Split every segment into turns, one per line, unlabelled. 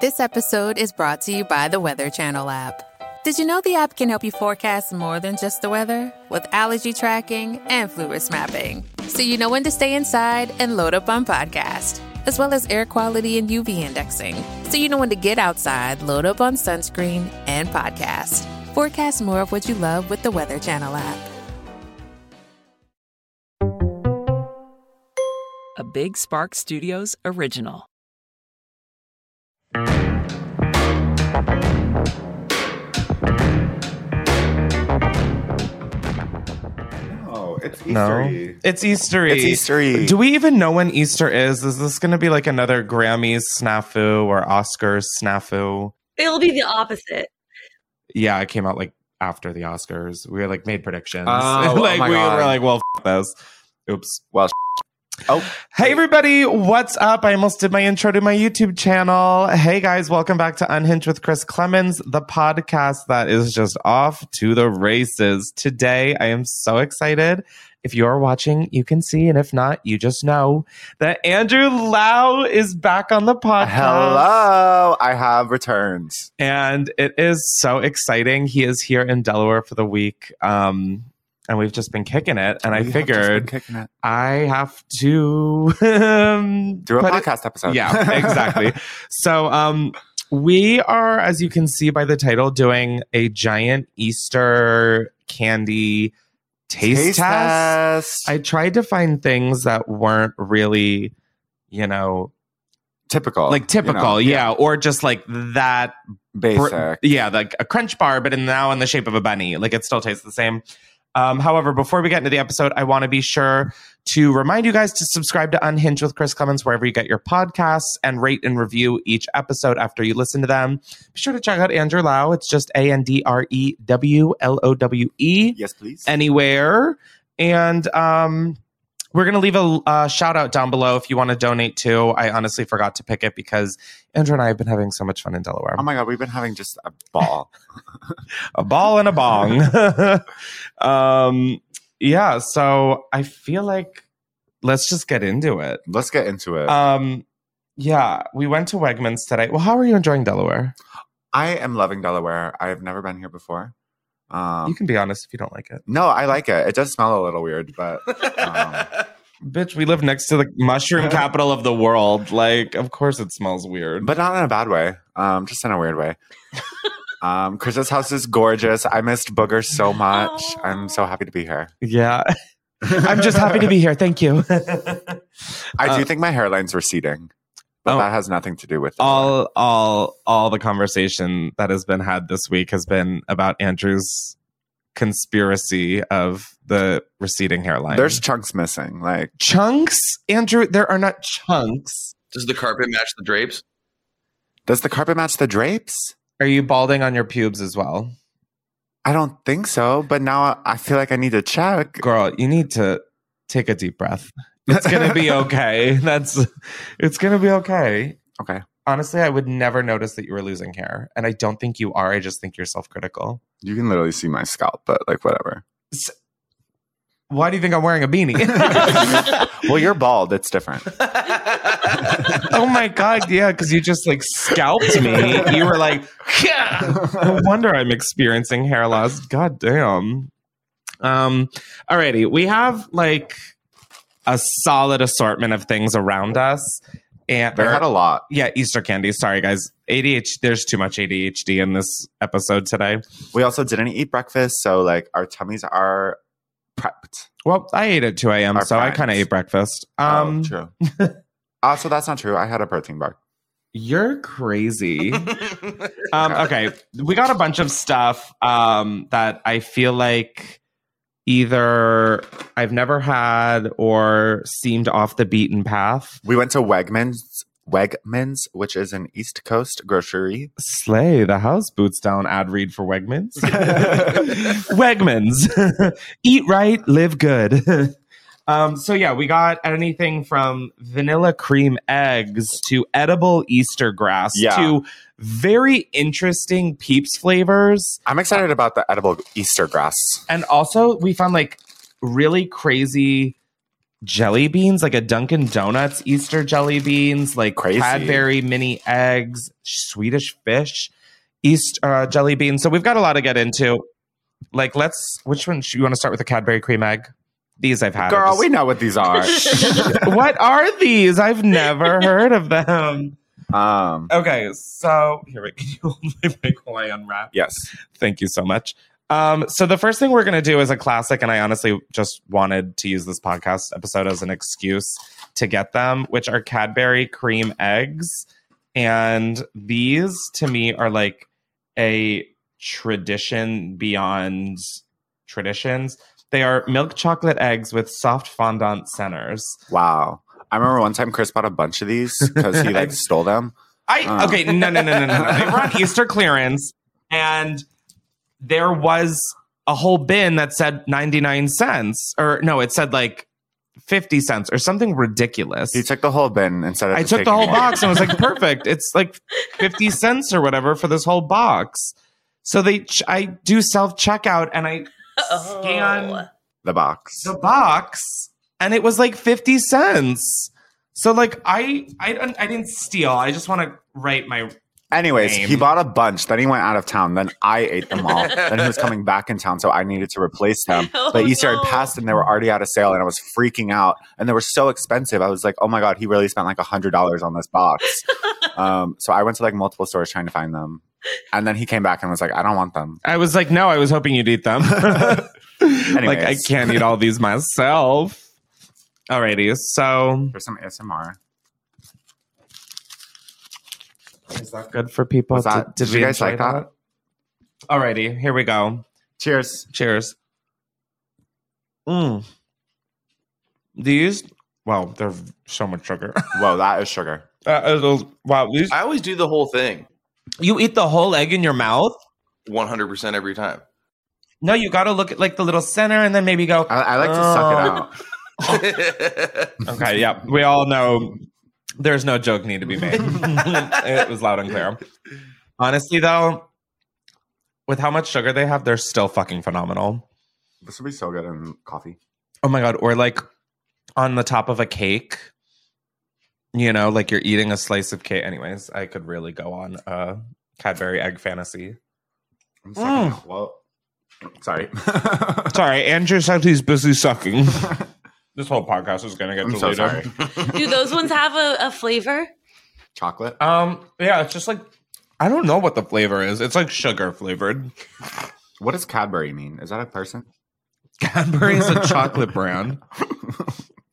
This episode is brought to you by the Weather Channel app. Did you know the app can help you forecast more than just the weather with allergy tracking and flu risk mapping? So you know when to stay inside and load up on podcast, as well as air quality and UV indexing. So you know when to get outside, load up on sunscreen and podcast. Forecast more of what you love with the Weather Channel app.
A Big Spark Studios original.
Oh, it's
No,
Eastery.
it's Eastery.
It's Eastery.
Do we even know when Easter is? Is this going to be like another Grammys snafu or Oscars snafu?
It'll be the opposite.
Yeah, it came out like after the Oscars. We like made predictions.
Oh, oh
like
my
we
God.
were like, well, f- this. Oops.
Well,
oh. Hey everybody, what's up? I almost did my intro to my YouTube channel. Hey guys, welcome back to Unhinged with Chris Clemens, the podcast that is just off to the races. Today, I am so excited. If you are watching, you can see, and if not, you just know that Andrew Lau is back on the podcast.
Hello, I have returned.
and it is so exciting. He is here in Delaware for the week, um, and we've just been kicking it. And I
We have just been
figured
kicking it.
I have to um,
do a
put it-
podcast episode.
Yeah, exactly. so um, we are, as you can see by the title, doing a giant Easter candy taste,
Taste
test.
test.
I tried to find things that weren't really, you know,
typical,
like typical,
Oh, you know,
yeah, or just like that
basic.
Br- yeah, like a crunch bar, but in, now in the shape of a bunny. Like it still tastes the same. Um, however, before we get into the episode, I want to be sure to remind you guys to subscribe to Unhinged with Chris Clemens wherever you get your podcasts and rate and review each episode after you listen to them. Be sure to check out Andrew Lau. It's just A N D R E W L O W E
yes, please.
anywhere. And um, we're going to leave a uh, shout out down below if you want to donate to. I honestly forgot to pick it because Andrew and I have been having so much fun in Delaware
oh my god, we've been having just a ball.
a ball and a bong. um, yeah, so I feel like let's just get into it.
Let's get into it.
Um, yeah, we went to Wegmans today. Well, how are you enjoying Delaware?
I am loving Delaware. I have never been here before. Um,
You can be honest if you don't like it.
no, I like it. It does smell a little weird, but um,
Bitch, we live next to the mushroom capital of the world. Like, of course it smells weird.
but not in a bad way. Um, just in a weird way. Um, Chris's house is gorgeous. I missed Booger so much. I'm so happy to be here.
yeah. I'm just happy to be here. Thank you.
I do
Uh,
think my hairline's receding, but
Oh.
that has nothing to do with it.
all all all the conversation that has been had this week has been about Andrew's conspiracy of the receding hairline.
There's chunks missing. Like
chunks, Andrew. There are not chunks.
Does the carpet match the drapes?
Does the carpet match the drapes?
Are you balding on your pubes as well,
I don't think so, but now I I feel like I need to check.
girl? You need to take a deep breath. It's gonna be okay. That's it's gonna be okay.
Okay.
Honestly, I would never notice that you were losing hair. And I don't think you are. I just think you're self critical.
You can literally see my scalp, but like whatever.
Why do you think I'm wearing a beanie?
Well, you're bald. It's different.
oh my god, yeah, because you just like scalped me. You were like, yeah. No wonder I'm experiencing hair loss. God damn. Um, alrighty, we have like a solid assortment of things around us. And
There had a lot.
yeah, Easter candy. Sorry, guys. ADHD. There's too much ADHD in this episode today.
We also didn't eat breakfast, so like our tummies are prepped.
Well, I ate at 2 a.m.,
Our
so I kind of
friends.
ate breakfast. Um,
oh, true. also, that's not true. I had a protein bar.
You're crazy. um, okay, we got a bunch of stuff um, that I feel like either I've never had or seemed off the beaten path.
We went to Wegmans, Wegmans, which is an East Coast grocery.
Slay the house boots down ad read for Wegmans. Wegmans, eat right, live good. um, so yeah, we got anything from vanilla cream eggs to edible Easter grass
Yeah.
to very interesting peeps flavors.
I'm excited about the edible Easter grass.
And also, we found like really crazy jelly beans, like a Dunkin' Donuts Easter jelly beans, like
Crazy.
Cadbury mini eggs, Swedish fish, East uh, jelly beans. So we've got a lot to get into. Like, let's. Which one? should- You want to start with the Cadbury cream egg? These I've had.
Girl, we know what these are.
what are these? I've never heard of them.
um,
Okay, so here we can you hold my mic while I unwrap?
yes.
Thank you so much. Um, so the first thing we're going to do is a classic, and I honestly just wanted to use this podcast episode as an excuse to get them, which are Cadbury cream eggs, and these to me are like a tradition beyond traditions. They are milk chocolate eggs with soft fondant centers.
Wow. I remember one time Chris bought a bunch of these because he like stole them.
I
Uh.
okay, no, no, no, no, no, no. They were on Easter clearance, and there was a whole bin that said ninety nine cents, or no, it said like fifty cents or something ridiculous.
He took the whole bin instead of.
I
just
took the
taking
whole
one.
box and was like, perfect. It's like fifty cents or whatever for this whole box. So they, ch- I do self checkout and I scan
The box.
the box and it was like 50 cents so like i i, don't- I didn't steal i just want to write my
Anyways, he
Name.
bought a bunch. Then he went out of town. Then I ate them all. then he was coming back in town, so I needed to replace them.
Oh,
but Easter
no.
had passed, and they were already out of sale, and I was freaking out. And they were so expensive. I was like, "Oh my god, he really spent like a hundred dollars on this box." um, so I went to like multiple stores trying to find them, and then he came back and was like, "I don't want them."
i was like no i was hoping you'd eat them like i
Anyways.
can't eat all these myself alrighty so
There's some ASMR.
is that good for people
Was that- did you
we
guys
enjoy
like that?
alrighty here we go
Cheers.
cheers mm. these wow they're so much sugar
Whoa, that is sugar.
That is- wow these
I always do the whole thing,
you eat the whole egg in your mouth
one hundred percent every time.
No, you gotta look at like the little center and then maybe go.
I, I like to
Oh.
suck it out.
Okay, yeah. We all know there's no joke need to be made. it was loud and clear. Honestly, though, with how much sugar they have, they're still fucking phenomenal.
This would be so good in coffee.
Oh my god. Or like on the top of a cake. You know, like you're eating a slice of cake. Anyways, I could really go on a Cadbury egg fantasy.
I'm sucking out. Well, sorry.
Sorry, Andrew said he's busy sucking. this whole podcast is gonna get
I'm so
deleted.
sorry.
Do those ones have a, a flavor?
Chocolate.
Um, yeah, it's just like I don't know what the flavor is. It's like sugar flavored.
What does Cadbury mean? Is that a person?
Cadbury is a chocolate brand.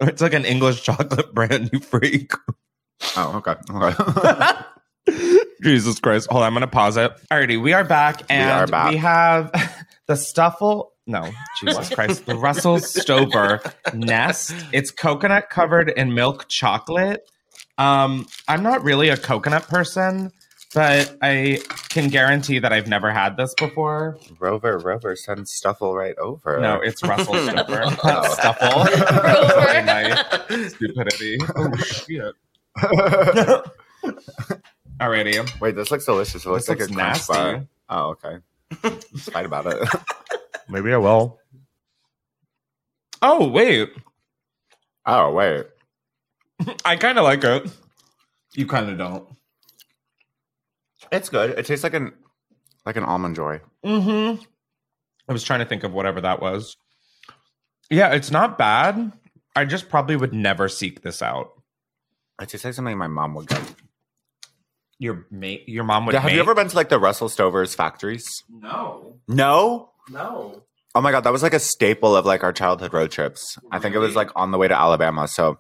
It's like an English chocolate brand, you freak.
Oh, okay. okay.
Jesus Christ. Hold on, I'm gonna pause it. Alrighty, we are back and we,
are back.
have the stuffle. No, Jesus Christ. The Russell Stover nest. It's coconut covered in milk chocolate. Um, I'm not really a coconut person, But I can guarantee that I've never had this before.
Rover, Rover, send Stuffle right over.
No, it's Russell Stover.
Oh.
Stuffle. Sorry, my stupidity. Oh, shit. Alrighty.
Wait, this looks delicious. It looks
This
like a
looks
crunch
nasty.
bar. Oh, okay. Just fight about it.
Maybe I will. Oh, wait.
Oh, wait.
I kind of like it. You kind of don't.
It's good. It tastes like an like an almond joy.
Mm-hmm. I was trying to think of whatever that was. Yeah, it's not bad. I just probably would never seek this out.
It tastes like something my mom would get.
Your mate, your mom would.
Yeah, have you
make-
ever been to like the Russell Stover's factories?
No,
No.
no.
Oh my god, that was like a staple of like our childhood road trips. I think it was like on the way to Alabama. So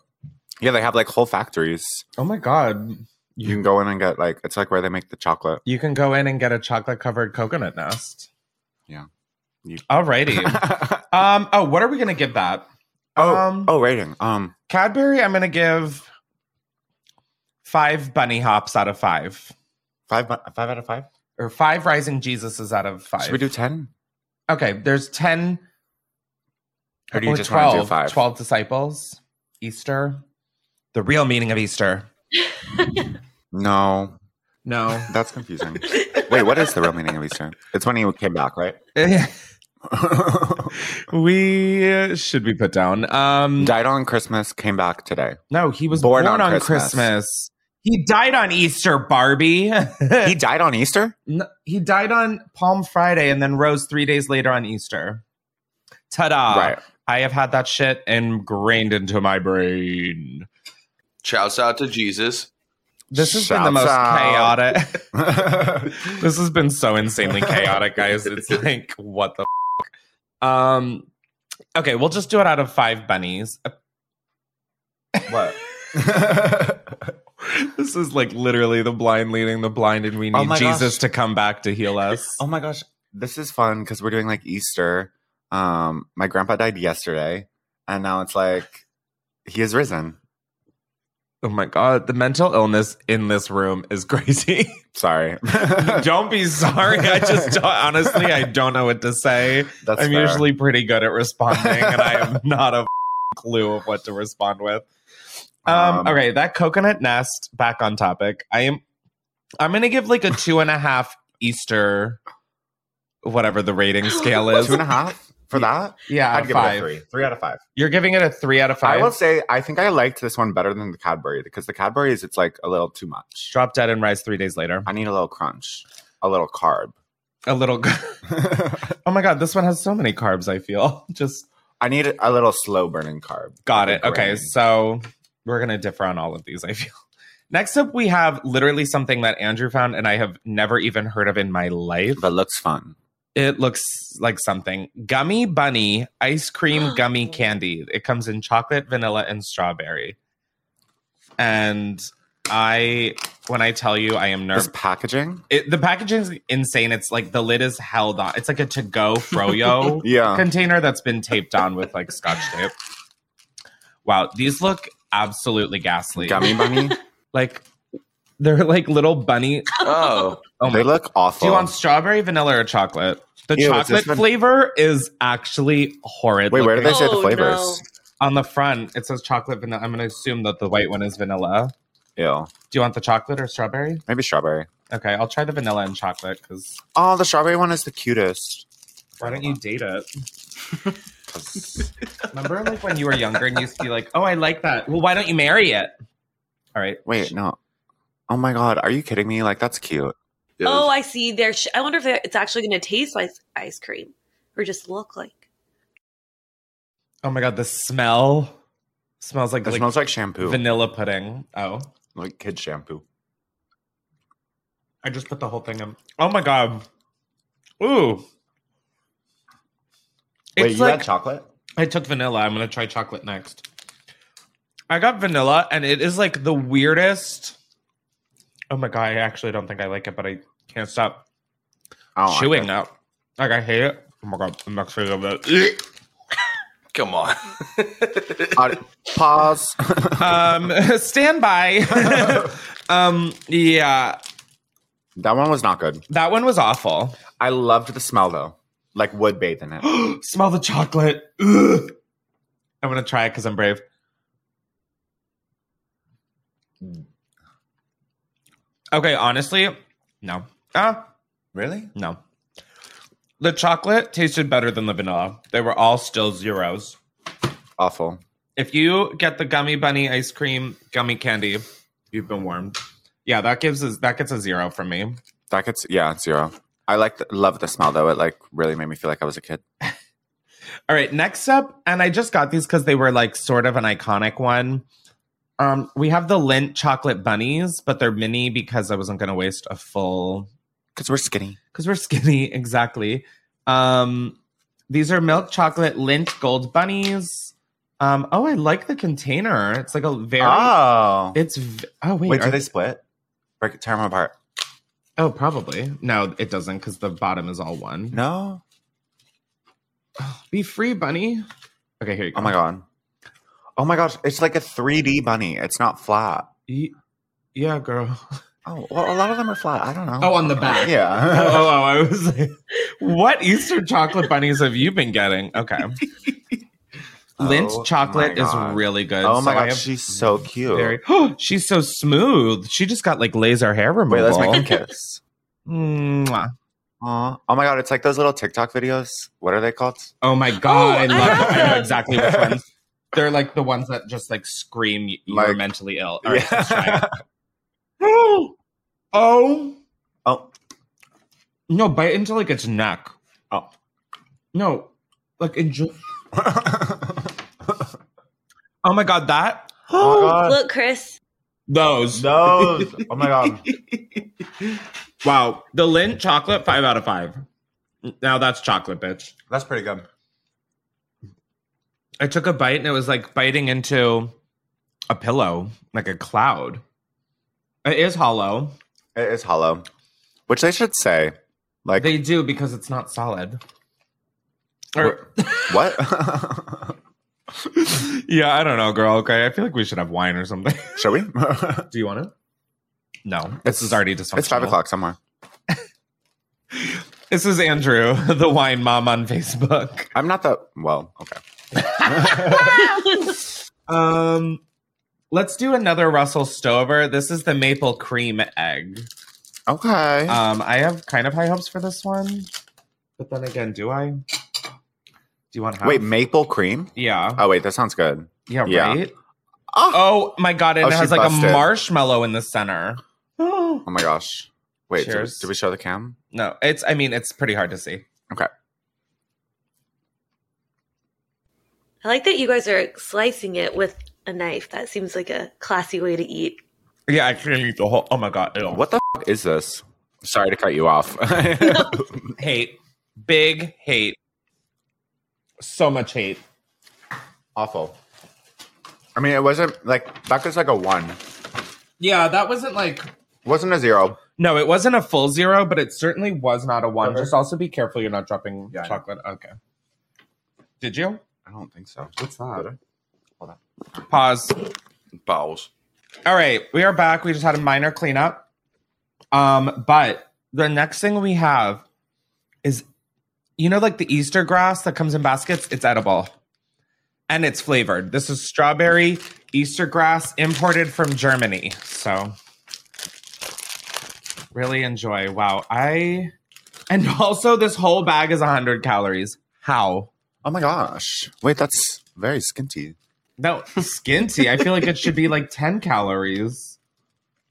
yeah, they have like whole factories.
Oh my god,
You can go in and get like it's like where they make the chocolate.
you can go in and get a chocolate covered coconut nest.
Yeah. You-
Alrighty. um. Oh, what are we gonna give that?
Oh,
Um,
oh, rating. Um,
Cadbury. I'm gonna give five bunny hops out of five,
five, bu- five out of five.
or five rising Jesuses out of five.
Should we do ten?
Okay, there's 10
Or do you
or
just wanna do
12,
five?
12 disciples. Easter. The real meaning of Easter.
No,
No.
that's confusing. Wait, what is the real meaning of Easter? It's when he came back, right?
we should be put down. Um
Died on Christmas, came back today.
no, he was
Born
born,
on
on,
Christmas.
Christmas. He died on Easter, Barbie.
He died on Easter.
No, he died on Palm Friday and then rose 3 days later on Easter. Ta-da.
right.
I have had that shit ingrained into my brain.
Shouts out to Jesus.
This has been the
Shouts
most
out.
chaotic. this has been so insanely chaotic, guys. It's like what the. F-? Um. Okay, we'll just do it out of five bunnies.
What?
This is like literally the blind leading the blind, and we
Oh
need
my
Jesus
gosh.
to come back to heal us.
oh my gosh, this is fun because we're doing like Easter. Um, my grandpa died yesterday, and now it's like he is risen.
Oh my God, the mental illness in this room is crazy.
Sorry,
don't be sorry. I just don't, honestly, I don't know what to say.
That's
I'm
fair.
usually pretty good at responding, and I have not a clue of what to respond with. Um,
Um,
okay, that coconut nest. Back on topic. I am. I'm gonna give like a two and a half Easter, whatever the rating scale is.
two and a half for that.
Yeah,
I'd give it a
five.
three, three out of five.
You're giving it a three out of
I
five.
will say I think I liked this one better than the Cadbury because the Cadbury is it's like a little too much.
Drop dead and rise three days later.
I need a little crunch, a little carb.
A little. oh my god, this one has so many carbs. I feel just
I need a little slow burning carb.
Got
Like
it. Okay,
grain.
so we're gonna differ on all of these. I feel. Next up, we have literally something that Andrew found, and I have never even heard of in my life.
but looks fun.
It looks like something gummy bunny ice cream gummy candy. It comes in chocolate, vanilla, and strawberry. And I, when I tell you, I am nervous.
This packaging,
It, the packaging is insane. It's like the lid is held on. It's like a to-go froyo
yeah.
container that's been taped on with like scotch tape. Wow, these look absolutely ghastly.
Gummy bunny.
Like they're like little bunny.
Oh,
Oh my.
they look awful.
Do you want strawberry, vanilla, or chocolate? The
Ew, is this
chocolate
one-
flavor is actually horrid.
Wait, where do they
looking.
say the
Oh,
flavors?
on the front? It says chocolate vanilla. I'm going to assume that the white one is vanilla.
Ew.
Do you want the chocolate or strawberry?
Maybe strawberry.
Okay, I'll try the vanilla and chocolate because
Oh, the strawberry one is the cutest.
why don't you date it? Remember, like when you were younger and you used to be like, "Oh, I like that." Well, why don't you marry it? All right,
Wait, no. Oh my god, are you kidding me? Like that's cute.
yes.
Oh, I see. There. Sh- I wonder if they're- it's actually going to taste like ice cream or just look like.
Oh my god, the smell smells like,
It
like
smells like shampoo,
vanilla pudding. Oh,
like kid shampoo.
I just put the whole thing in. Oh my god. Ooh.
Wait,
it's
you
like
had chocolate?
I took vanilla. I'm gonna try chocolate next. I got vanilla, and it is like the weirdest. Oh my god! I actually don't think I like it, but I can't stop
Oh, I don't like
chewing
it.
up. Like I hate it. Oh my god! I'm not sure about it.
come on.
Uh, pause.
um stand by um yeah
That one was not good.
That one was awful.
I loved the smell though, like wood bathed in it.
Smell the chocolate. Ugh. I'm gonna try it because I'm brave. Okay, honestly, no. Ah,
really?
No. The chocolate tasted better than the vanilla. They were all still zeros.
Awful.
If you get the gummy bunny ice cream gummy candy, you've been warmed. Yeah, that gives us that gets a zero from me.
That gets yeah zero. I like the, love the smell though. It like really made me feel like I was a kid.
All right, next up, and I just got these because they were like sort of an iconic one. Um, we have the lint chocolate bunnies, but they're mini because I wasn't gonna waste a full
because we're skinny.
Because we're skinny, exactly. Um, these are milk chocolate lint gold bunnies. Um, oh, I like the container. It's like a very
Oh,
it's v- oh Ah. wait,
wait,
are
do they split? Break it, tear them apart.
Oh, probably. No, it doesn't because the bottom is all one.
No.
Be free, bunny. Okay, here you go.
Oh my god. Oh my gosh, it's like a 3D bunny. It's not flat.
Ye- Yeah, girl.
Oh well, a lot of them are flat. I don't know.
Oh, on the back.
Yeah.
oh, oh, oh, I was like, what Easter chocolate bunnies have you been getting? Okay. Lint
Oh
chocolate
my
is
God.
really good.
Oh
so
my
I
god,
have
she's so cute.
very- she's so smooth. She just got like laser hair
Wait,
removal.
let's make them kiss.
Mwah.
Aw. Oh my god, it's like those little TikTok videos. What are they called?
Oh my god, I
I
love
have
I know
them.
exactly which ones. They're like the ones that just like scream y- you're
Like-
mentally ill. All right,
Yeah.
let's try it. oh, oh
Oh,
no, bite into like its neck.
oh.
No, like enjoy. Oh my god, that
Oh my
Uh,
god.
Look, Chris.
those
Those. Oh my god.
wow, the lint chocolate five out of five. Now that's chocolate, bitch.
That's pretty good.
I took a bite and it was like biting into a pillow, like a cloud. It is hollow.
It is hollow. Which they should say. Like
They do because it's not solid. Or,
what?
yeah, I don't know, girl. Okay, I feel like we should have wine or something.
Shall we?
do you want it? No,
It's-
this is already dysfunctional.
it's five o'clock somewhere.
This is Andrew, the wine mom on Facebook.
I'm not that well, okay.
Um, let's do another Russell Stover. This is the maple cream egg.
Okay.
Um, I have kind of high hopes for this one, but then again, do I? Do you want half?
wait, maple cream?
yeah,
Oh wait, that sounds good.
yeah,
yeah.
right.
Oh.
Oh my god! And
Oh,
it has
she's
like a
busted.
marshmallow in the center.
Oh my gosh. Wait, did,
Cheers.
did we show the cam?
No, it's. I mean, it's pretty hard to see.
Okay.
I like that you guys are slicing it with a knife. That seems like a classy way to eat.
Yeah, I can't eat the whole. Oh my god! ew.
What the f- is this? Sorry to cut you off.
hate? Big hate. So much hate.
Awful. I mean, it wasn't like that was like a one.
Yeah, that wasn't like.
wasn't a zero.
No, it wasn't a full zero, but it certainly was not a one.
Okay.
Just also be careful you're not dropping
Yeah, I know.
chocolate. Okay. Did you?
I don't think so.
What's that?
Hold on.
Pause.
Bowels.
All right, we are back. We just had a minor cleanup. Um, but the next thing we have is you know, like the Easter grass that comes in baskets, it's edible and it's flavored. This is strawberry Easter grass imported from Germany. So really enjoy. Wow. I and also this whole bag is 100 calories. How?
Oh my gosh! Wait, that's very skinty.
No, skinty. I feel like it should be like 10 calories.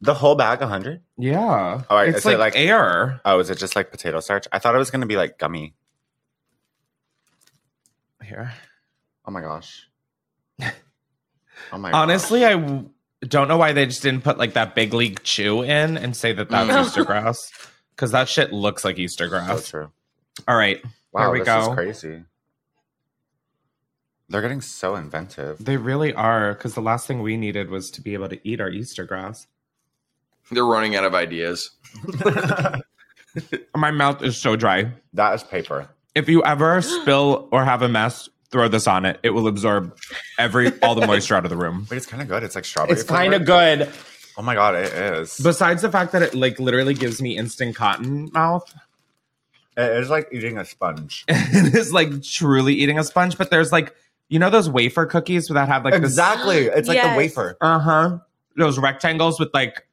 The whole bag, a hundred.
Yeah.
All right,
It's
is it
like,
like-
air.
Oh, is it just like potato starch? I thought it was gonna be like gummy.
Here.
Oh my gosh. Oh my.
Honestly, I w- don't know why they just didn't put like that big league chew in and say that that's
Mm.
Easter grass because that shit looks like Easter
gosh.
grass.
so true.
All right,
Wow,
here we
this
go.
is crazy. They're getting so inventive.
They really are because the last thing we needed was to be able to eat our Easter grass.
They're running out of ideas.
My mouth is so dry.
That is paper.
If you ever spill or have a mess, throw this on it. It will absorb every all the moisture out of the room.
Wait, it's kind of good. It's like strawberry.
It's kind of
flavored.
good.
Oh my god, it is.
Besides the fact that it like literally gives me instant cotton mouth.
It is like eating a sponge.
it is like truly eating a sponge, but there's like you know those wafer cookies that have like
Exactly. It's like the Yes. wafer.
Uh huh. Those rectangles with like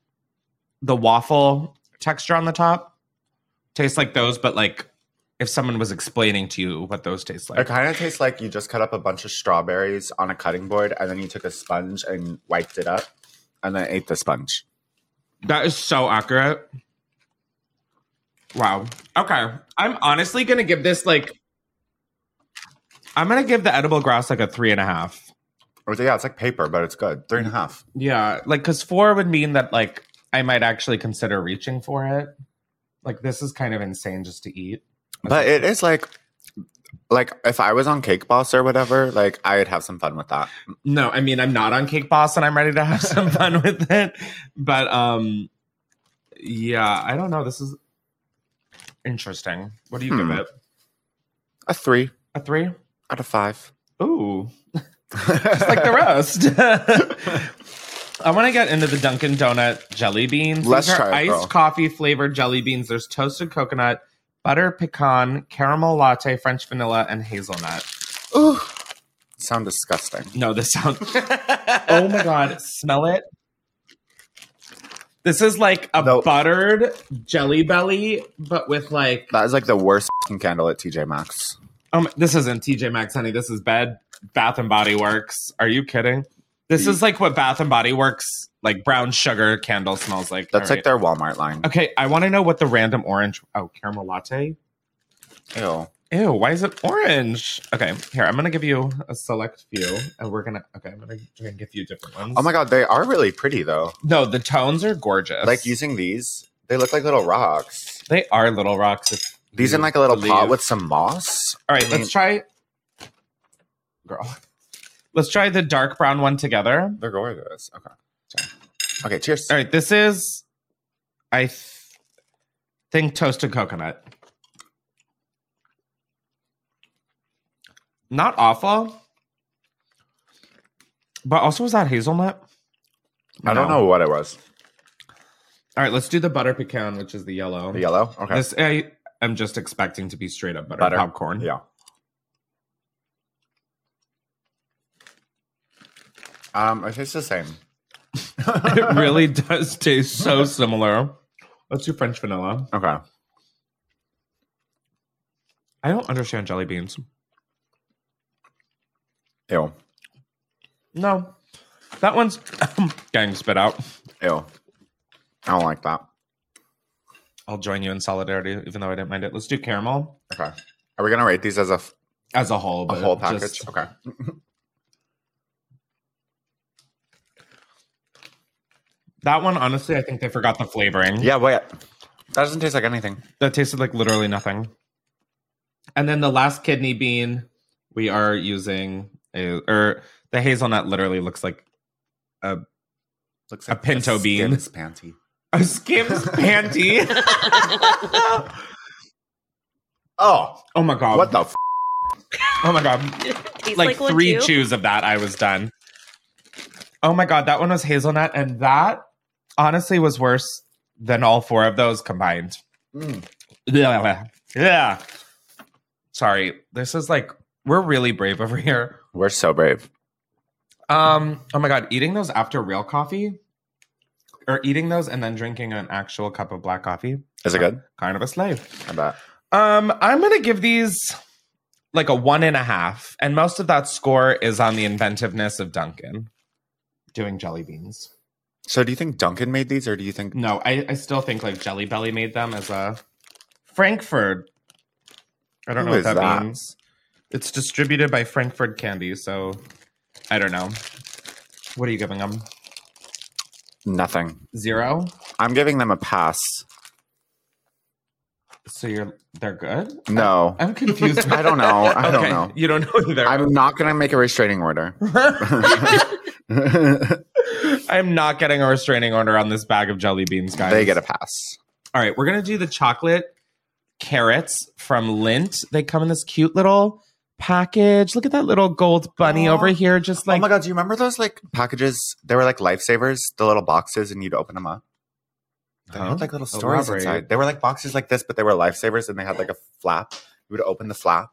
the waffle texture on the top. Tastes like those, but like if someone was explaining to you what those taste like.
It kind of tastes like you just cut up a bunch of strawberries on a cutting board and then you took a sponge and wiped it up and then ate the sponge.
That is so accurate. Wow. Okay. I'm honestly gonna give this like I'm gonna give the edible grouse like a three and a half.
yeah, it's like paper, but it's good. Three and a half.
Yeah, like because four would mean that like I might actually consider reaching for it. Like this is kind of insane just to eat.
But it is like like if I was on Cake Boss or whatever, like I'd have some fun with that.
No, I mean I'm not on Cake Boss and I'm ready to have some fun with it. But um yeah, I don't know. This is interesting. What do you
Hmm.
give it?
A three.
A three?
Out of five.
Ooh. Just like the rest. I want to get into the Dunkin' Donut jelly beans.
Let's
These are
try it,
iced
girl.
coffee flavored jelly beans. There's toasted coconut, butter pecan, caramel latte, French vanilla, and hazelnut.
Ooh. Sound disgusting.
No, this sound. oh my god, smell it. This is like a buttered jelly belly, but with like
That is like the worst f***ing candle at TJ Maxx.
Um, this isn't TJ Maxx, honey. This is Bed Bath and Body Works. Are you kidding? This is like what Bath and Body Works, like brown sugar candle smells like.
That's like their
All
Walmart line.
right. Okay, I want to know what the random orange. Oh, caramel latte.
Ew.
Ew, why is it orange? Okay, here I'm gonna give you a select few, and we're gonna. Okay, I'm gonna try and give you different ones.
Oh my god, they are really pretty though.
No, the tones are gorgeous.
Like using these, they look like little rocks.
They are little rocks. If
These
you
in like a little pot
believe.
with some moss.
All right,
I mean,
let's try. Girl, let's try the dark brown one together.
They're gorgeous. Okay. Okay, cheers.
All right, this is, I th- think, toasted coconut. Not awful, but also was that hazelnut?
I don't know what it was.
All right, let's do the butter pecan, which is the yellow.
The yellow? Okay.
This I am just expecting to be straight up butter,
Butter.
popcorn.
Yeah. Um, it tastes the same.
it really does taste so similar. Let's do French vanilla.
Okay.
I don't understand jelly beans.
Ew.
No, that one's getting spit out.
Ew. I don't like that.
I'll join you in solidarity, even though I didn't mind it. Let's do caramel
Okay. Are we gonna rate these as a f-
as a whole.
a
but
whole
Uh, just-
package? Okay.
that one, honestly, I think they forgot the flavoring.
Yeah, wait. That doesn't taste like anything.
That tasted like literally nothing. And then the last kidney bean, we are using, a, or the hazelnut literally looks like a,
Looks
a pinto bean.
Skim's panty.
A skim's panty.
Oh,
oh my God.
what the f-
Oh my God.
Tastes
like,
one
three
too.
chews of that, I was done. Oh my god, that one was hazelnut, and that honestly was worse than all four of those combined.
Mm.
Yeah. Yeah. Sorry, this is like we're really brave over here.
We're so brave.
Um, oh my god, eating those after real coffee or eating those and then drinking an actual cup of black coffee,
Is it good?
kind of a slave.
I bet.
Um, I'm gonna give these like a one and a half, and most of that score is on the inventiveness of Duncan doing jelly beans.
So do you think Duncan made these or do you think
No, I, I still think like Jelly Belly made them as a Frankfurt. I don't
Who
know what
is
that,
that?
means. It's distributed by Frankfurt Candy, so I don't know. What are you giving them?
nothing?
Zero.
I'm giving them a pass.
So you're they're good.
No.
I'm confused.
I don't know. I don't
Okay,
know.
You don't know either.
I'm not gonna make a restraining order. they
I'm not getting a restraining order on this bag of jelly beans, guys.
get a pass.
All right, we're gonna do the chocolate carrots from Lint. They come in this cute little package. Look at that little gold bunny over here. Just like
oh my god, do you remember those like packages? They were like lifesavers, the little boxes, and you'd open them up. They
Huh?
had like little stories
Elaborate.
inside. They were like boxes like this, but they were lifesavers, and they had like a flap. You would open the flap.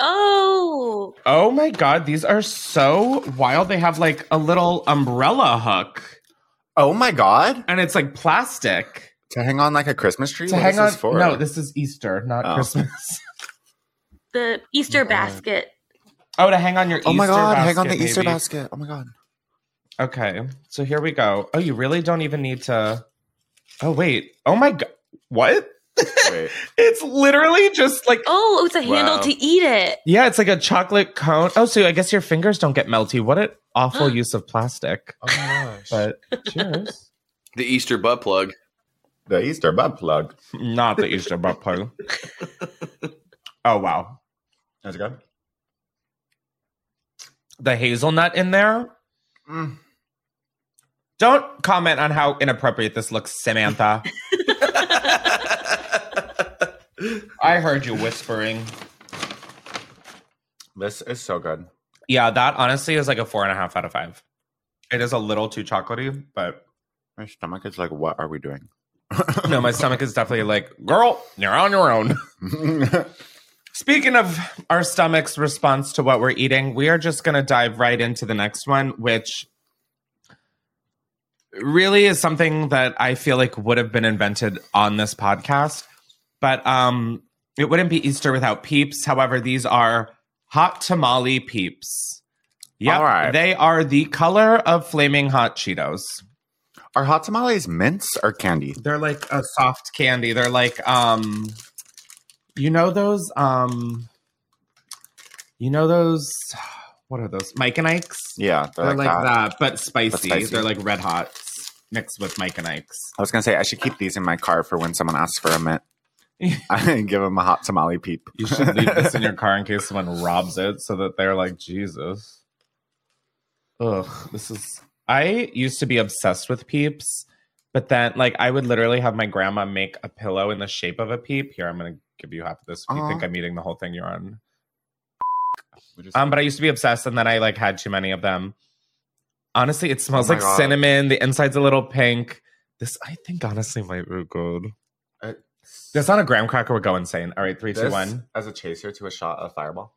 Oh,
Oh my god, these are so wild. They have like a little umbrella hook.
Oh my god.
And it's like plastic.
To hang on like a Christmas tree?
To
What
hang
is
on.
this for?
No, this is Easter, not
Oh.
Christmas.
the Easter basket.
Oh, to hang on your
Oh my
Easter
god, hang on the
basket,
Easter
maybe.
basket. Oh my god.
Okay. So here we go. Oh, you really don't even need to Oh wait. Oh my god. What?
Wait.
It's literally just like
Oh, it's a handle
Wow.
to eat it.
Yeah, it's like a chocolate cone. Oh, so I guess your fingers don't get melty. What an awful use of plastic.
Oh my gosh.
But cheers.
The Easter butt plug.
the Easter butt plug.
Not the Easter butt plug. Oh wow.
How's it good?
The hazelnut in there.
Mm.
Don't comment on how inappropriate this looks, Samantha. I heard you whispering.
This is so good.
Yeah, that honestly is like a four and a half out of five. It is a little too chocolatey, but
My stomach is like, what are we doing?
no, my stomach is definitely like, girl, you're on your own. Speaking of our stomach's response to what we're eating, we are just going to dive right into the next one, which really is something that I feel like would have been invented on this podcast. But um, it wouldn't be Easter without peeps. However, these are hot tamale peeps. Yep,
All right.
they are the color of flaming hot Cheetos.
are hot tamales mints or candy?
They're like a soft candy. They're like um you know those um you know those what are those? Mike and Ike's?
Yeah,
They're, like, that. but spicy.
spicy.
They're like red hots mixed with Mike and Ike's.
I was gonna say I should keep these in my car for when someone asks for a mint. I give them a hot tamale peep.
You should leave this in your car in case someone robs it so that they're like, Jesus. Ugh, this is. I used to be obsessed with peeps, but then, like, I would literally have my grandma make a pillow in the shape of a peep. Here, I'm going to give you half of this. If you
Aw.
think I'm eating the whole thing, you're on. Um, but I used to be obsessed, and then I, like, had too many of them. Honestly, it smells
Oh my
like
God.
cinnamon. The inside's a little pink. This, I think, honestly, might be good. This on a graham cracker would go insane. All right, three, two, one.
as a chaser to a shot of fireball.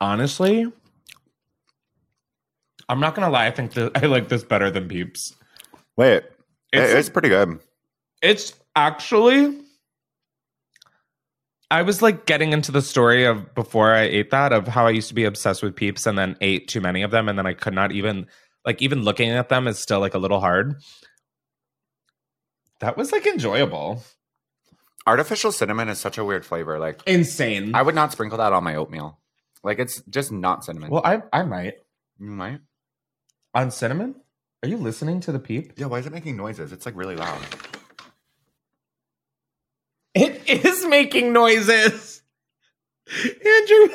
honestly i'm not gonna lie i think that i like this better than peeps
Wait,
It's-
it's, it's pretty good.
it's actually i was like getting into the story of before i ate that of how i used to be obsessed with peeps and then ate too many of them and then i could not even like even looking at them is still like a little hard that was like enjoyable
Artificial cinnamon is such a weird flavor. Like
insane
I would not sprinkle that on my oatmeal. Like it's just not cinnamon.
well i i might
you might.
on cinnamon are you listening to the peep
Yeah, why is it making noises? It's like really loud.
It is making noises. Andrew,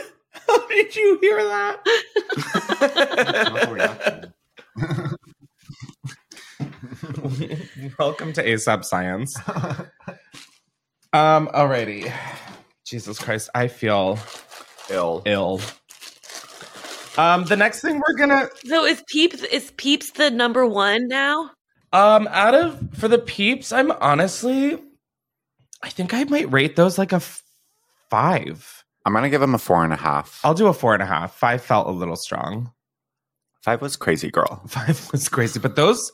how did you hear that? Welcome to ASAP Science. Um, alrighty. Jesus Christ, I feel
Ill.
ill. Um, the next thing we're gonna
So is Peeps is Peeps the number one now?
Um, out of for the peeps, I'm honestly, I think I might rate those like a f- five.
I'm gonna give him a four and a half.
I'll do a four and a half. Five felt a little strong.
Five was crazy girl.
Five was crazy, but those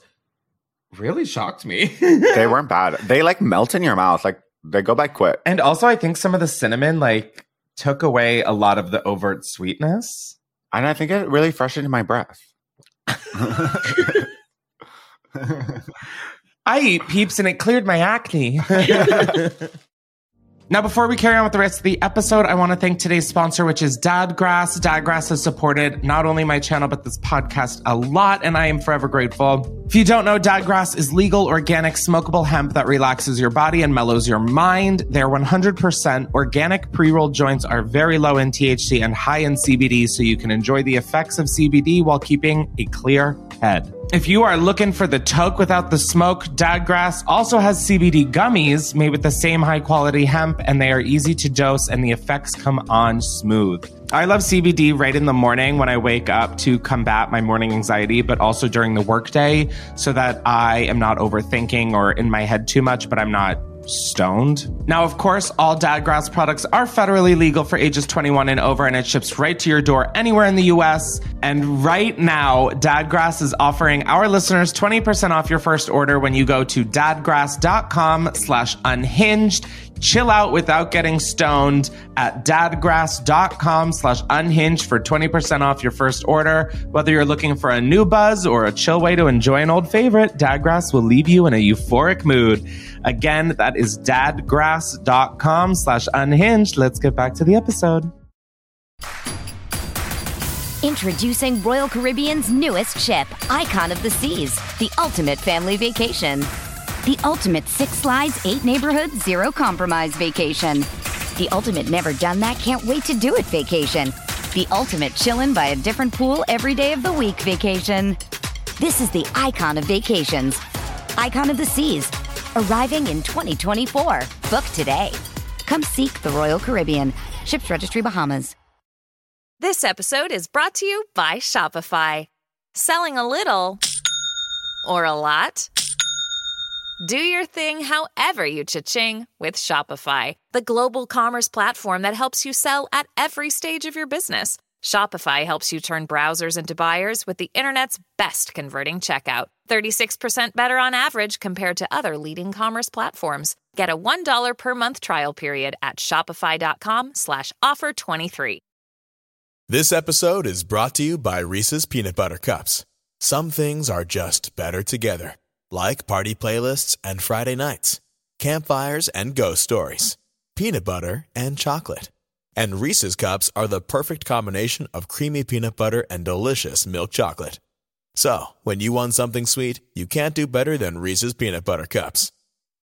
really shocked me.
They weren't bad. They like melt in your mouth. Like they go by quick.
and also, I think some of the cinnamon like took away a lot of the overt sweetness.
And I think it really freshened my breath.
I eat peeps and it cleared my acne. Now, before we carry on with the rest of the episode, I want to thank today's sponsor, which is Dadgrass. Dadgrass has supported not only my channel, but this podcast a lot, and I am forever grateful. If you don't know, Dadgrass is legal, organic, smokable hemp that relaxes your body and mellows your mind. Their 100% organic pre roll joints are very low in THC and high in CBD, so you can enjoy the effects of CBD while keeping a clear head. If you are looking for the toke without the smoke, Dadgrass also has CBD gummies made with the same high quality hemp, and they are easy to dose, and the effects come on smooth. I love CBD right in the morning when I wake up to combat my morning anxiety, but also during the workday so that I am not overthinking or in my head too much, but I'm not stoned. Now, of course, all Dadgrass products are federally legal for ages 21 and over, and it ships right to your door anywhere in the US. And right now, Dadgrass is offering our listeners 20% off your first order when you go to dadgrass.com slash unhinged. Chill out without getting stoned at dadgrass.com slash unhinged for 20% off your first order. Whether you're looking for a new buzz or a chill way to enjoy an old favorite, Dadgrass will leave you in a euphoric mood. Again, that is dadgrass.com slash unhinged. Let's get back to the episode.
Introducing Royal Caribbean's newest ship, Icon of the Seas, the ultimate family vacation. The ultimate six slides, eight neighborhoods, zero compromise vacation. The ultimate never done that, can't wait to do it vacation. The ultimate chillin' by a different pool every day of the week vacation. This is the icon of vacations, icon of the seas, arriving in 2024. Book today. Come seek the Royal Caribbean. Ships Registry Bahamas.
This episode is brought to you by Shopify. Selling a little or a lot. Do your thing however you cha-ching with Shopify, the global commerce platform that helps you sell at every stage of your business. Shopify helps you turn browsers into buyers with the internet's best converting checkout. 36% better on average compared to other leading commerce platforms. Get a $1 per month trial period at shopify.com slash offer 23.
This episode is brought to you by Reese's Peanut Butter Cups. Some things are just better together, like party playlists and Friday nights, campfires and ghost stories, peanut butter and chocolate. And Reese's Cups are the perfect combination of creamy peanut butter and delicious milk chocolate. So, when you want something sweet, you can't do better than Reese's Peanut Butter Cups.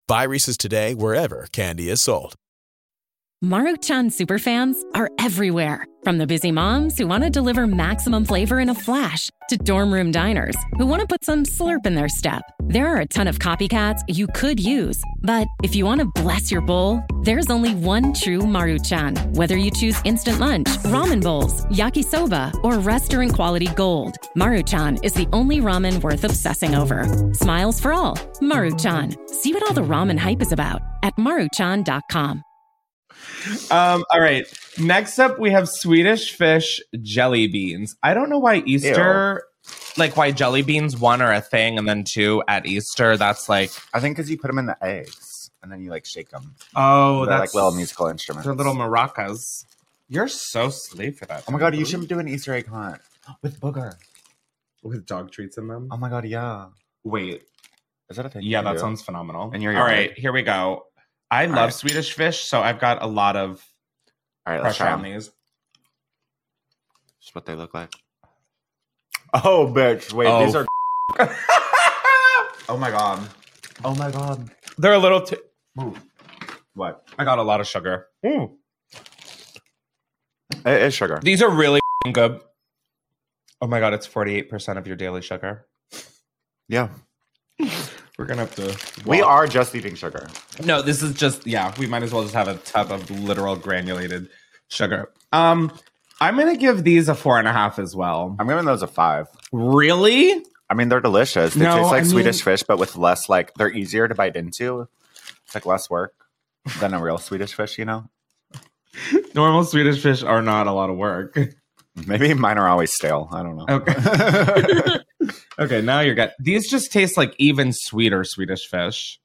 Buy Reese's today wherever candy is sold.
Maruchan superfans are everywhere, from the busy moms who want to deliver maximum flavor in a flash to dorm room diners who want to put some slurp in their step. There are a ton of copycats you could use, but if you want to bless your bowl, there's only one true Maruchan. Whether you choose instant lunch, ramen bowls, yakisoba, or restaurant quality gold, Maruchan is the only ramen worth obsessing over. Smiles for all, Maruchan. See what all the ramen hype is about at maruchan.com.
Um, all right. Next up, we have Swedish fish jelly beans. I don't know why Easter, like why jelly beans one are a thing and then two at Easter. That's like
I think because you put them in the eggs and then you like shake them.
Oh,
They're like
that's-
little musical instruments.
They're little maracas. You're so sleep for that.
Oh my god, you should do an Easter egg hunt with booger
with dog treats in them.
Oh my god, yeah.
Wait,
is that a thing? you
Yeah,
can
that
do?
sounds phenomenal.
And you're
all
young.
right. Here we go. I
All
love
right.
Swedish fish, so I've got a lot of
All right, let's
pressure
try
on
them.
these.
Just what they look like. Oh, bitch! Wait,
Oh,
these are. oh my god! Oh my god!
They're a little. T-
What?
I got a lot of sugar. Ooh.
It is sugar.
These are really f***ing good. Oh my god, it's forty eight percent of your daily sugar.
Yeah.
We're gonna have to.
We are just eating sugar.
No, this is just yeah. We might as well just have a tub of literal granulated sugar. Um, I'm gonna give these a four and a half as well.
I'm giving those a five.
Really?
I mean, they're delicious. They
No,
taste like
I mean-
Swedish fish, but with less like they're easier to bite into. It's like less work than a real Swedish fish, you know.
Normal Swedish fish are not a lot of work.
Maybe mine are always stale. I don't know.
Okay. okay, now you're good. These just taste like even sweeter Swedish fish.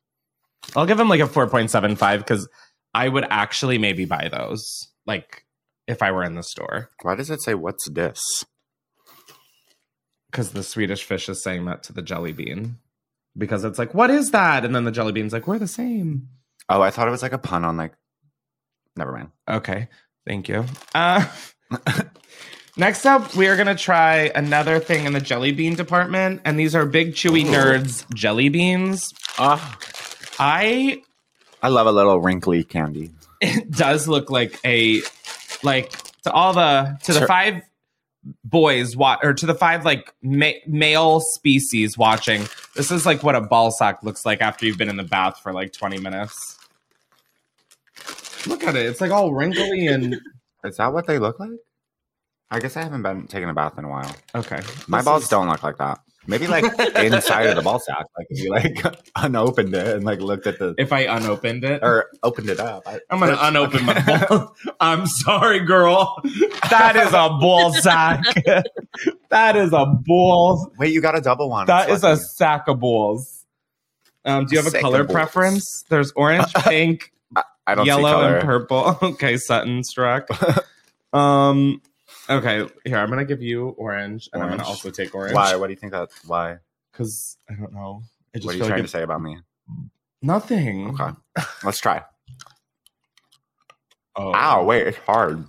I'll give them like a 4.75 because I would actually maybe buy those, like if I were in the store.
Why does it say what's this?
Because the Swedish fish is saying that to the jelly bean. Because it's like, what is that? And then the jelly bean's like, we're the same.
Oh, I thought it was like a pun on like. Never mind.
Okay, thank you. Uh, Next up, we are going to try another thing in the jelly bean department, and these are Big Chewy Nerds jelly beans. Ah, I
I love a little wrinkly candy.
it does look like a like to all the to the
Sure.
five boys wa- or to the five like ma- male species watching. This is like what a ball sack looks like after you've been in the bath for like 20 minutes. Look at it. It's like all wrinkly and
Is that what they look like? I guess I haven't been taking a bath in a while.
Okay.
My
This
balls
is-
don't look like that. Maybe like inside of the ball sack. Like if you like unopened it and like looked at the
If I unopened it.
Or opened it up. I,
I'm gonna unopen my ball. I'm sorry, girl. That is a ball sack. that is a ball.
Wait, you got a double one.
That
It's
is a sack of balls. Um, do you have a
Sack of
color
balls.
preference? There's orange, pink,
I don't see
yellow,
color.
and purple. Okay, Sutton struck. um, okay, here I'm gonna give you orange, and I'm
Orange.
gonna also take orange.
Why? What do you think that? Why?
Because I don't know. I just
What are you
feel like
trying to
it-
say about me?
Nothing. Okay.
Let's try.
Oh.
Ow! Wait, it's hard.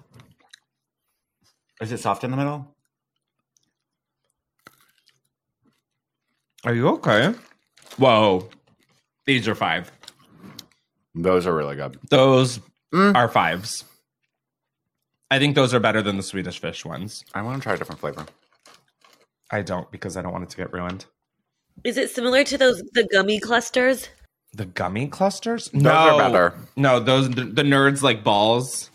Is it soft in the middle?
Are you okay? Whoa, these are five.
Those are really good.
Those
Mm.
are fives. I think those are better than the Swedish fish ones.
I want to try a different flavor.
I don't because I don't want it to get ruined.
Is it similar to those the gummy clusters?
The gummy clusters?
Those are better.
No, those the, the nerds like balls.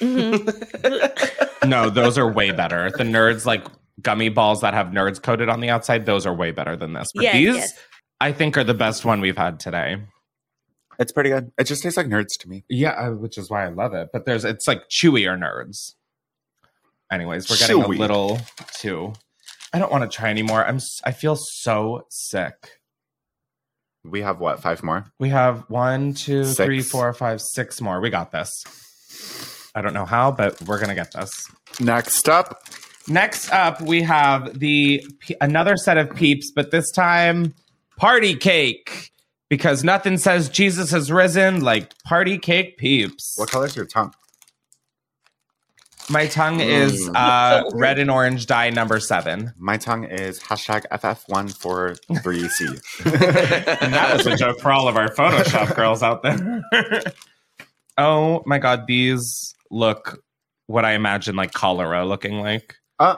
Mm-hmm.
no, those are way better. The nerds like gummy balls that have nerds coated on the outside. Those are way better than this. But
Yes,
these,
yes.
I think, are the best one we've had today.
It's pretty good. It just tastes like nerds to me.
Yeah, uh, which is why I love it. But there's it's like chewier nerds. Anyways, we're getting
Chewy.
a little too. I don't want to try anymore. I'm s- I feel so sick.
We have what? Five more.
We have one, two,
Six.
three, four, five, six more. We got this. I don't know how, but we're gonna get this.
Next up,
Next up, we have the pe- another set of peeps, but this time party cake because nothing says Jesus has risen like party cake peeps.
what color is your tongue?
My tongue is
Mm.
uh, red and orange dye number seven.
My tongue is hashtag FF143C.
And that was a joke for all of our Photoshop girls out there. oh my God, these look what I imagine like cholera looking like.
Uh,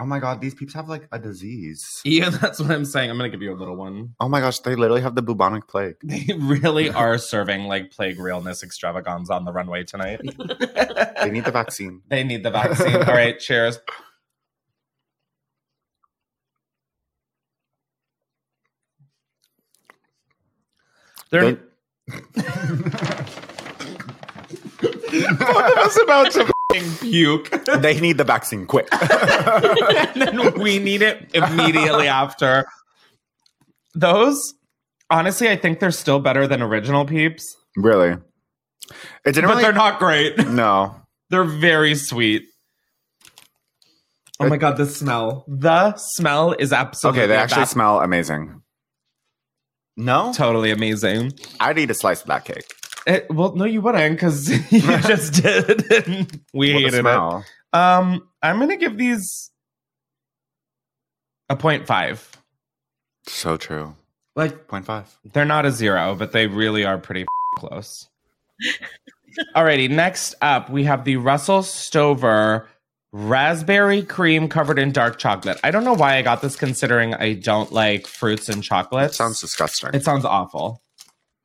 oh my god, these peeps have like a disease.
Yeah, that's what I'm saying. I'm going to give you a little one.
Oh my gosh, they literally have the bubonic plague.
They really are serving like plague realness extravaganza on the runway tonight.
They need the vaccine.
They need the vaccine. All right, cheers. They're
They- One of us about to
f***ing puke.
They need the vaccine quick.
and then we need it immediately after. Those, honestly, I think they're still better than original peeps,
really? It didn't
but
really-
they're not great.
No.
They're very sweet. Oh my god, the smell. The smell is absolutely
Okay, they actually
that-
smell amazing. No?
totally amazing.
I'd eat a slice of that cake.
It- well, no, you wouldn't because you just did. and we
Well, the
hated it.
smell.
Um, I'm gonna give these a point five.
So true.
Like
Point five.
They're not a zero, but they really are pretty f- close. Alrighty, next up we have the Russell Stover raspberry cream covered in dark chocolate. I don't know why I got this considering I don't like fruits and chocolates.
Sounds disgusting.
it sounds awful.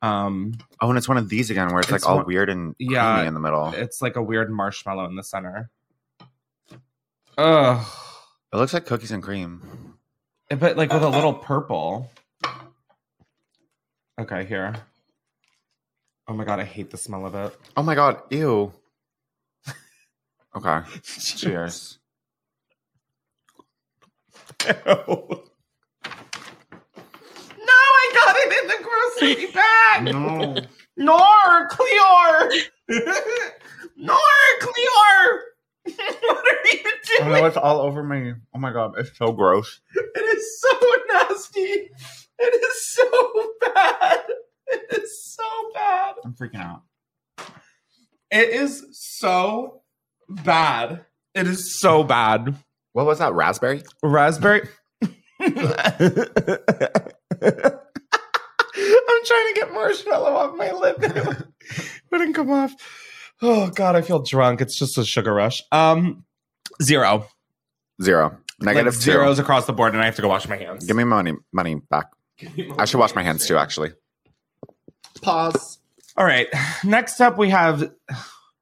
Um
oh, and it's one of these again where it's,
It's
like all
one-
weird and
Yeah,
creamy in the middle. It,
it's like a weird marshmallow in the center. Ugh.
looks like cookies and cream.
But like with a little purple. Okay, here. Oh my god, I hate the smell of it.
Oh my god, ew. Okay. Cheers.
no, I got it in the grocery bag.
No.
Nor Cleor. Nor Cleor. what are you
Oh
doing?
no, it's all over me. Oh my god, it's so gross.
It is so nasty. It is so bad. It is so bad.
I'm freaking out.
It is so bad. It is so bad.
What was that? Raspberry?
Raspberry. I'm trying to get marshmallow off my lip. Wouldn't come off. Oh God, I feel drunk. It's just a sugar rush. Um, zero.
Zero. Negative
Like
two.
zeros across the board, and I have to go wash my hands.
Give me money, money back. I should wash my hands too, actually.
Pause. All right. Next up, we have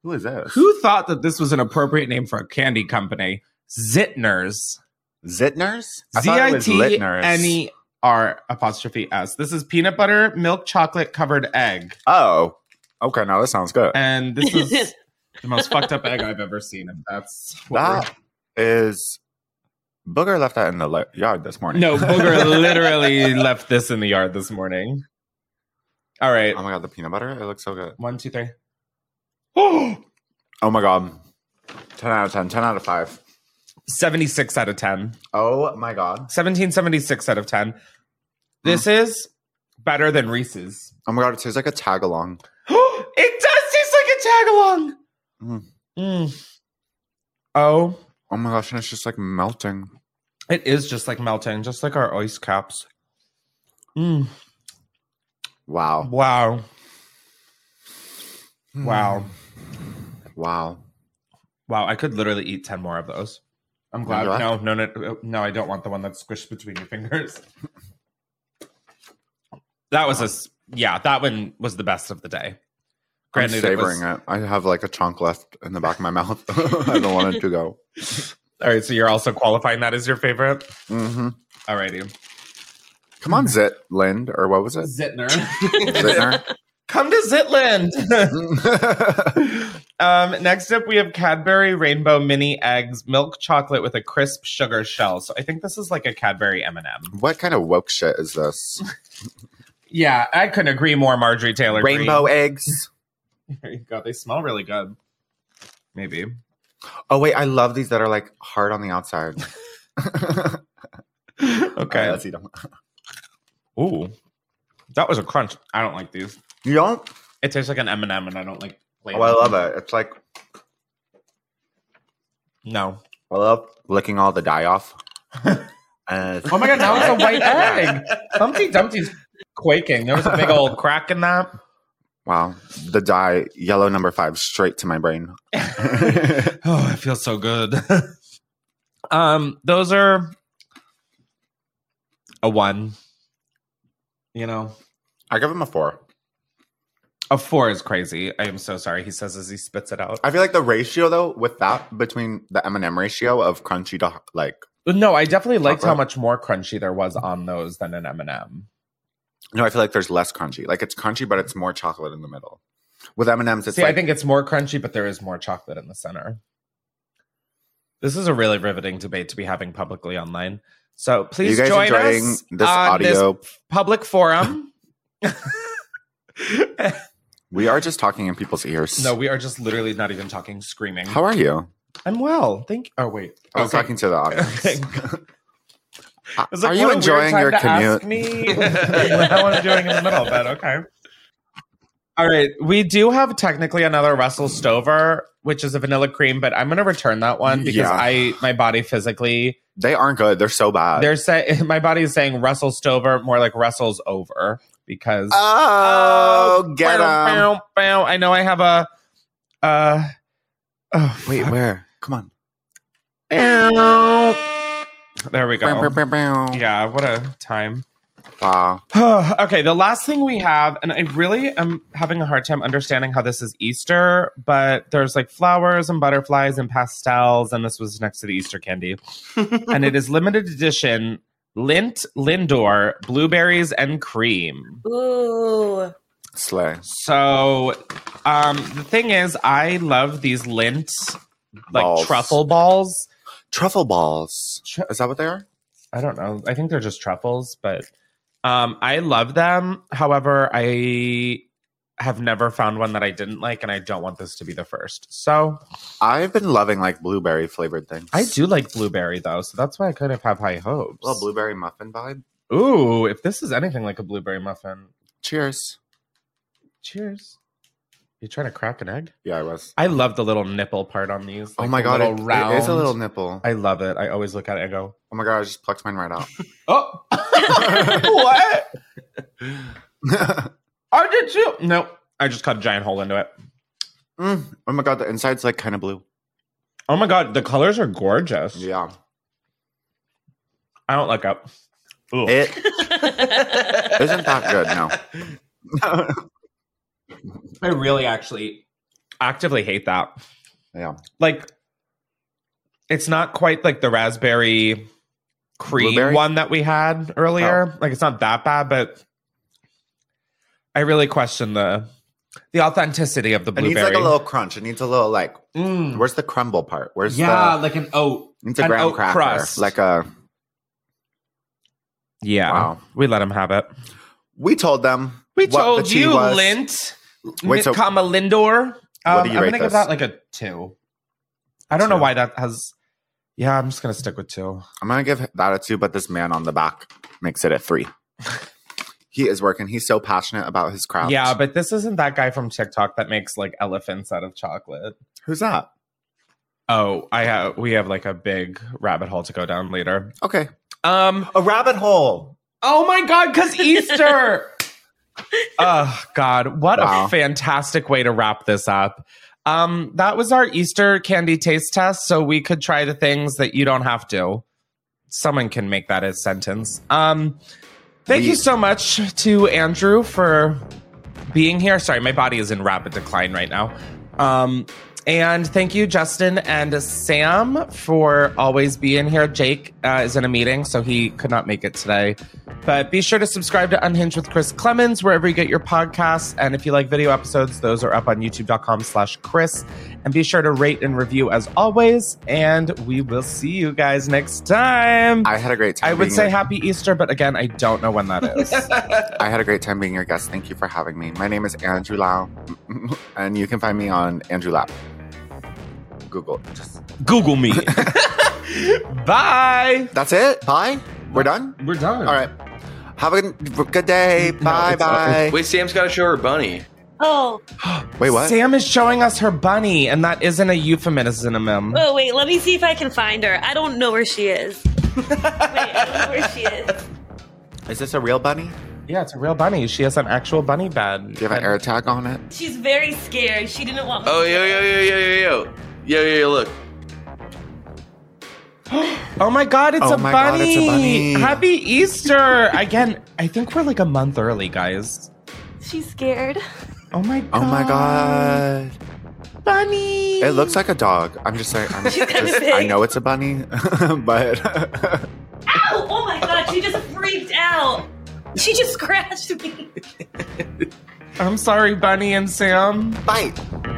Who is this?
who thought that this was an appropriate name for a candy company? Zitners.
Zitners? I
Z
thought it
i
was
t
Littners.
n e r apostrophe s. This is peanut butter milk chocolate covered egg,
Oh, okay. Now that sounds good.
and this is the most fucked up egg I've ever seen. If that's what we're-
That is Booger left that in the li- yard this morning.
No, Booger literally left this in the yard this morning. All right.
Oh my god, the peanut butter. It looks so good.
Um, One, two, three.
Oh my god. 10 out of 10. 10 out of 5.
76 out of 10.
Oh my god.
1776 out of 10. This is better than Reese's.
Oh my god, it tastes like a tag along.
it does taste like a tag along. Mm. Oh.
Oh my gosh, and it's just like melting.
It is just like melting, just like our ice caps. Mm.
Wow.
Wow. Wow.
Wow.
Wow. I could literally eat 10 more of those. I'm glad.
Would you
No,
like?
no, no, no, I don't want the one that's squished between your fingers. That was a, s- yeah, that one was the best of the day.
I'm
Granted, it was-
savoring it, I have like a chunk left in the back of my mouth. I don't want it to go.
All right, so you're also qualifying that as your favorite.
hmm
All righty,
Come on, Zit Lind, or what was it?
Zitner,
Zitner.
come to Zitland. um, next up, we have Cadbury Rainbow Mini Eggs Milk Chocolate with a crisp sugar shell. So I think this is like a Cadbury M and m
What kind of woke shit is this?
Yeah, I couldn't agree more, Marjorie Taylor. Greene.
Rainbow eggs.
There you go. They smell really good. Maybe.
Oh wait, I love these that are like hard on the outside.
Okay.
Alright, let's eat 'em.
Ooh, that was a crunch. I don't like these.
You don't?
It tastes like an M and m and I don't like.
Oh, I love it. It's like
No.
I love licking all the dye off. And
Oh my god! Now it's a white egg. Humpty Dumpty's quaking. There was a big old crack in that.
Wow, the dye yellow number five straight to my brain.
Oh, it feels so good. um, those are a one. You know,
I give him a four.
a four is crazy. I am so sorry. He says as he spits it out.
I feel like the ratio though with that between the M and M ratio of crunchy to like
No, I definitely liked how
Chocolate?
much more crunchy there was on those than an M and M.
no, I feel like there's less crunchy. Like it's crunchy, but it's more chocolate in the middle. With M and M's, it's
See,
like
I think it's more crunchy, but there is more chocolate in the center. This is a really riveting debate to be having publicly online. So please
guys
join
enjoying
us
this
on
audio?
this public forum.
we are just talking in people's ears.
no, we are just literally not even talking, screaming.
How are you?
I'm well. Thank you. Oh wait,
I was talking to the audience.
Okay.
Uh,
It's
Are
like,
you
what a weird
enjoying
time
your
to ask
commute?
me how I'm doing in the middle, but okay. All right, we do have technically another Russell Stover, which is a vanilla cream, but I'm going to return that one because
Yeah.
I my body physically
They aren't good. They're so bad.
they're saying my body is saying Russell Stover more like Russell's over because
oh, get
Bow,
'em.
bow, bow. I know I have a uh oh,
Wait,
fuck.
where? Come on.
Bow. there we
Bow,
go.
bow, bow, bow.
Yeah, what a time.
Wow.
okay, the last thing we have, and I really am having a hard time understanding how this is Easter, but there's like flowers and butterflies and pastels, and this was next to the Easter candy. and it is limited edition lint, lindor, blueberries, and cream.
Ooh.
Slay.
So um the thing is, I love these lint like
Balls.
truffle balls.
Truffle balls.
Tru-
Is that what they are?
I don't know. I think they're just truffles, but um, I love them. However, I have never found one that I didn't like, and I don't want this to be the first. So
I've been loving like blueberry flavored things.
I do like blueberry though, so that's why I kind of have high hopes.
little blueberry muffin vibe.
Ooh, if this is anything like a blueberry muffin,
Cheers.
cheers. You trying to crack an egg?
Yeah, I was.
I love the little nipple part on these.
Oh
like
my
the
god,
little
it-
round.
it is a little nipple.
I love it. I always look at it and go,
Oh my god, I just plucked mine right out.
"Oh, what? Or did you? No, I just cut a giant hole into it.
Mm. Oh my god, the inside's like kind of blue.
Oh my god, the colors are gorgeous.
Yeah,
I don't look up. Ooh.
it isn't that good. No,
I really actually actively hate that.
Yeah.
Like it's not quite like the raspberry cream
Blueberry? Oh.
one that we had earlier. Like it's not that bad, but I really question the the authenticity of the
it
blueberry. Mm.
needs like a little crunch. It needs a little like. Where's the crumble part? Where's
yeah,
the,
like an oat.
It's a
an
graham
oat
cracker,
crust.
like a
yeah. We let him have it.
We told them.
We
what the
told
tea
you,
was.
Lint.
Wait, so-
comma Lindor.
What
Um,
do you
I'm
rate
gonna give
this?
that like a two. I don't know why that has. Yeah, I'm just gonna stick with two.
I'm gonna give that a two, but this man on the back makes it a three. he is working. He's so passionate about his craft.
Yeah, but this isn't that guy from TikTok that makes like elephants out of chocolate.
Who's that?
Oh, I have. We have like a big rabbit hole to go down later.
Okay.
Um,
a rabbit hole.
Oh my god, because Easter. oh God, what
Wow.
a fantastic way to wrap this up. Um, that was our Easter candy taste test, so we could try the things that you don't have to. Someone can make that a sentence. Um, thank you so much to Andrew for being here. Sorry, my body is in rapid decline right now. Um, and thank you, Justin and Sam, for always being here. Jake uh, is in a meeting, so he could not make it today. But be sure to subscribe to Unhinged with Chris Clemens wherever you get your podcasts. And if you like video episodes, those are up on youtube.com slash Chris. And be sure to rate and review as always. And we will see you guys next time.
I had a great time.
I would
being
say
your-
happy Easter, but again, I don't know when that is.
I had a great time being your guest. Thank you for having me. My name is Andrew Lau, and you can find me on Andrew Lau. Google. Just
Google me. Bye.
That's it. Bye. We're done.
We're done.
All right. Have a good, good day. Bye. Bye.
Wait, Sam's got to show her bunny.
Oh,
Wait, what?
Sam is showing us her bunny, and that isn't a euphemism.
oh, wait. Let me see if I can find her. I don't know where she is. wait, I don't know where she is.
Is this a real bunny?
Yeah, it's a real bunny. She has an actual bunny bed.
Do you have an air tag on it?
She's very scared. She didn't want me.
Oh, yo, yo, yo, yo, yo, yo. Yo, yo, yo, look.
Oh my god, it's
Oh
a
my
bunny!
God, it's a bunny.
Happy Easter! Again, I think we're like a month early, guys.
She's scared.
Oh my
Oh my god.
Bunny.
It looks like a dog. I'm just saying. I'm
She's
just,
kinda big.
I know it's a bunny, but
Ow! Oh my god, she just freaked out. She just scratched me.
I'm sorry, Bunny and Sam.
Bye.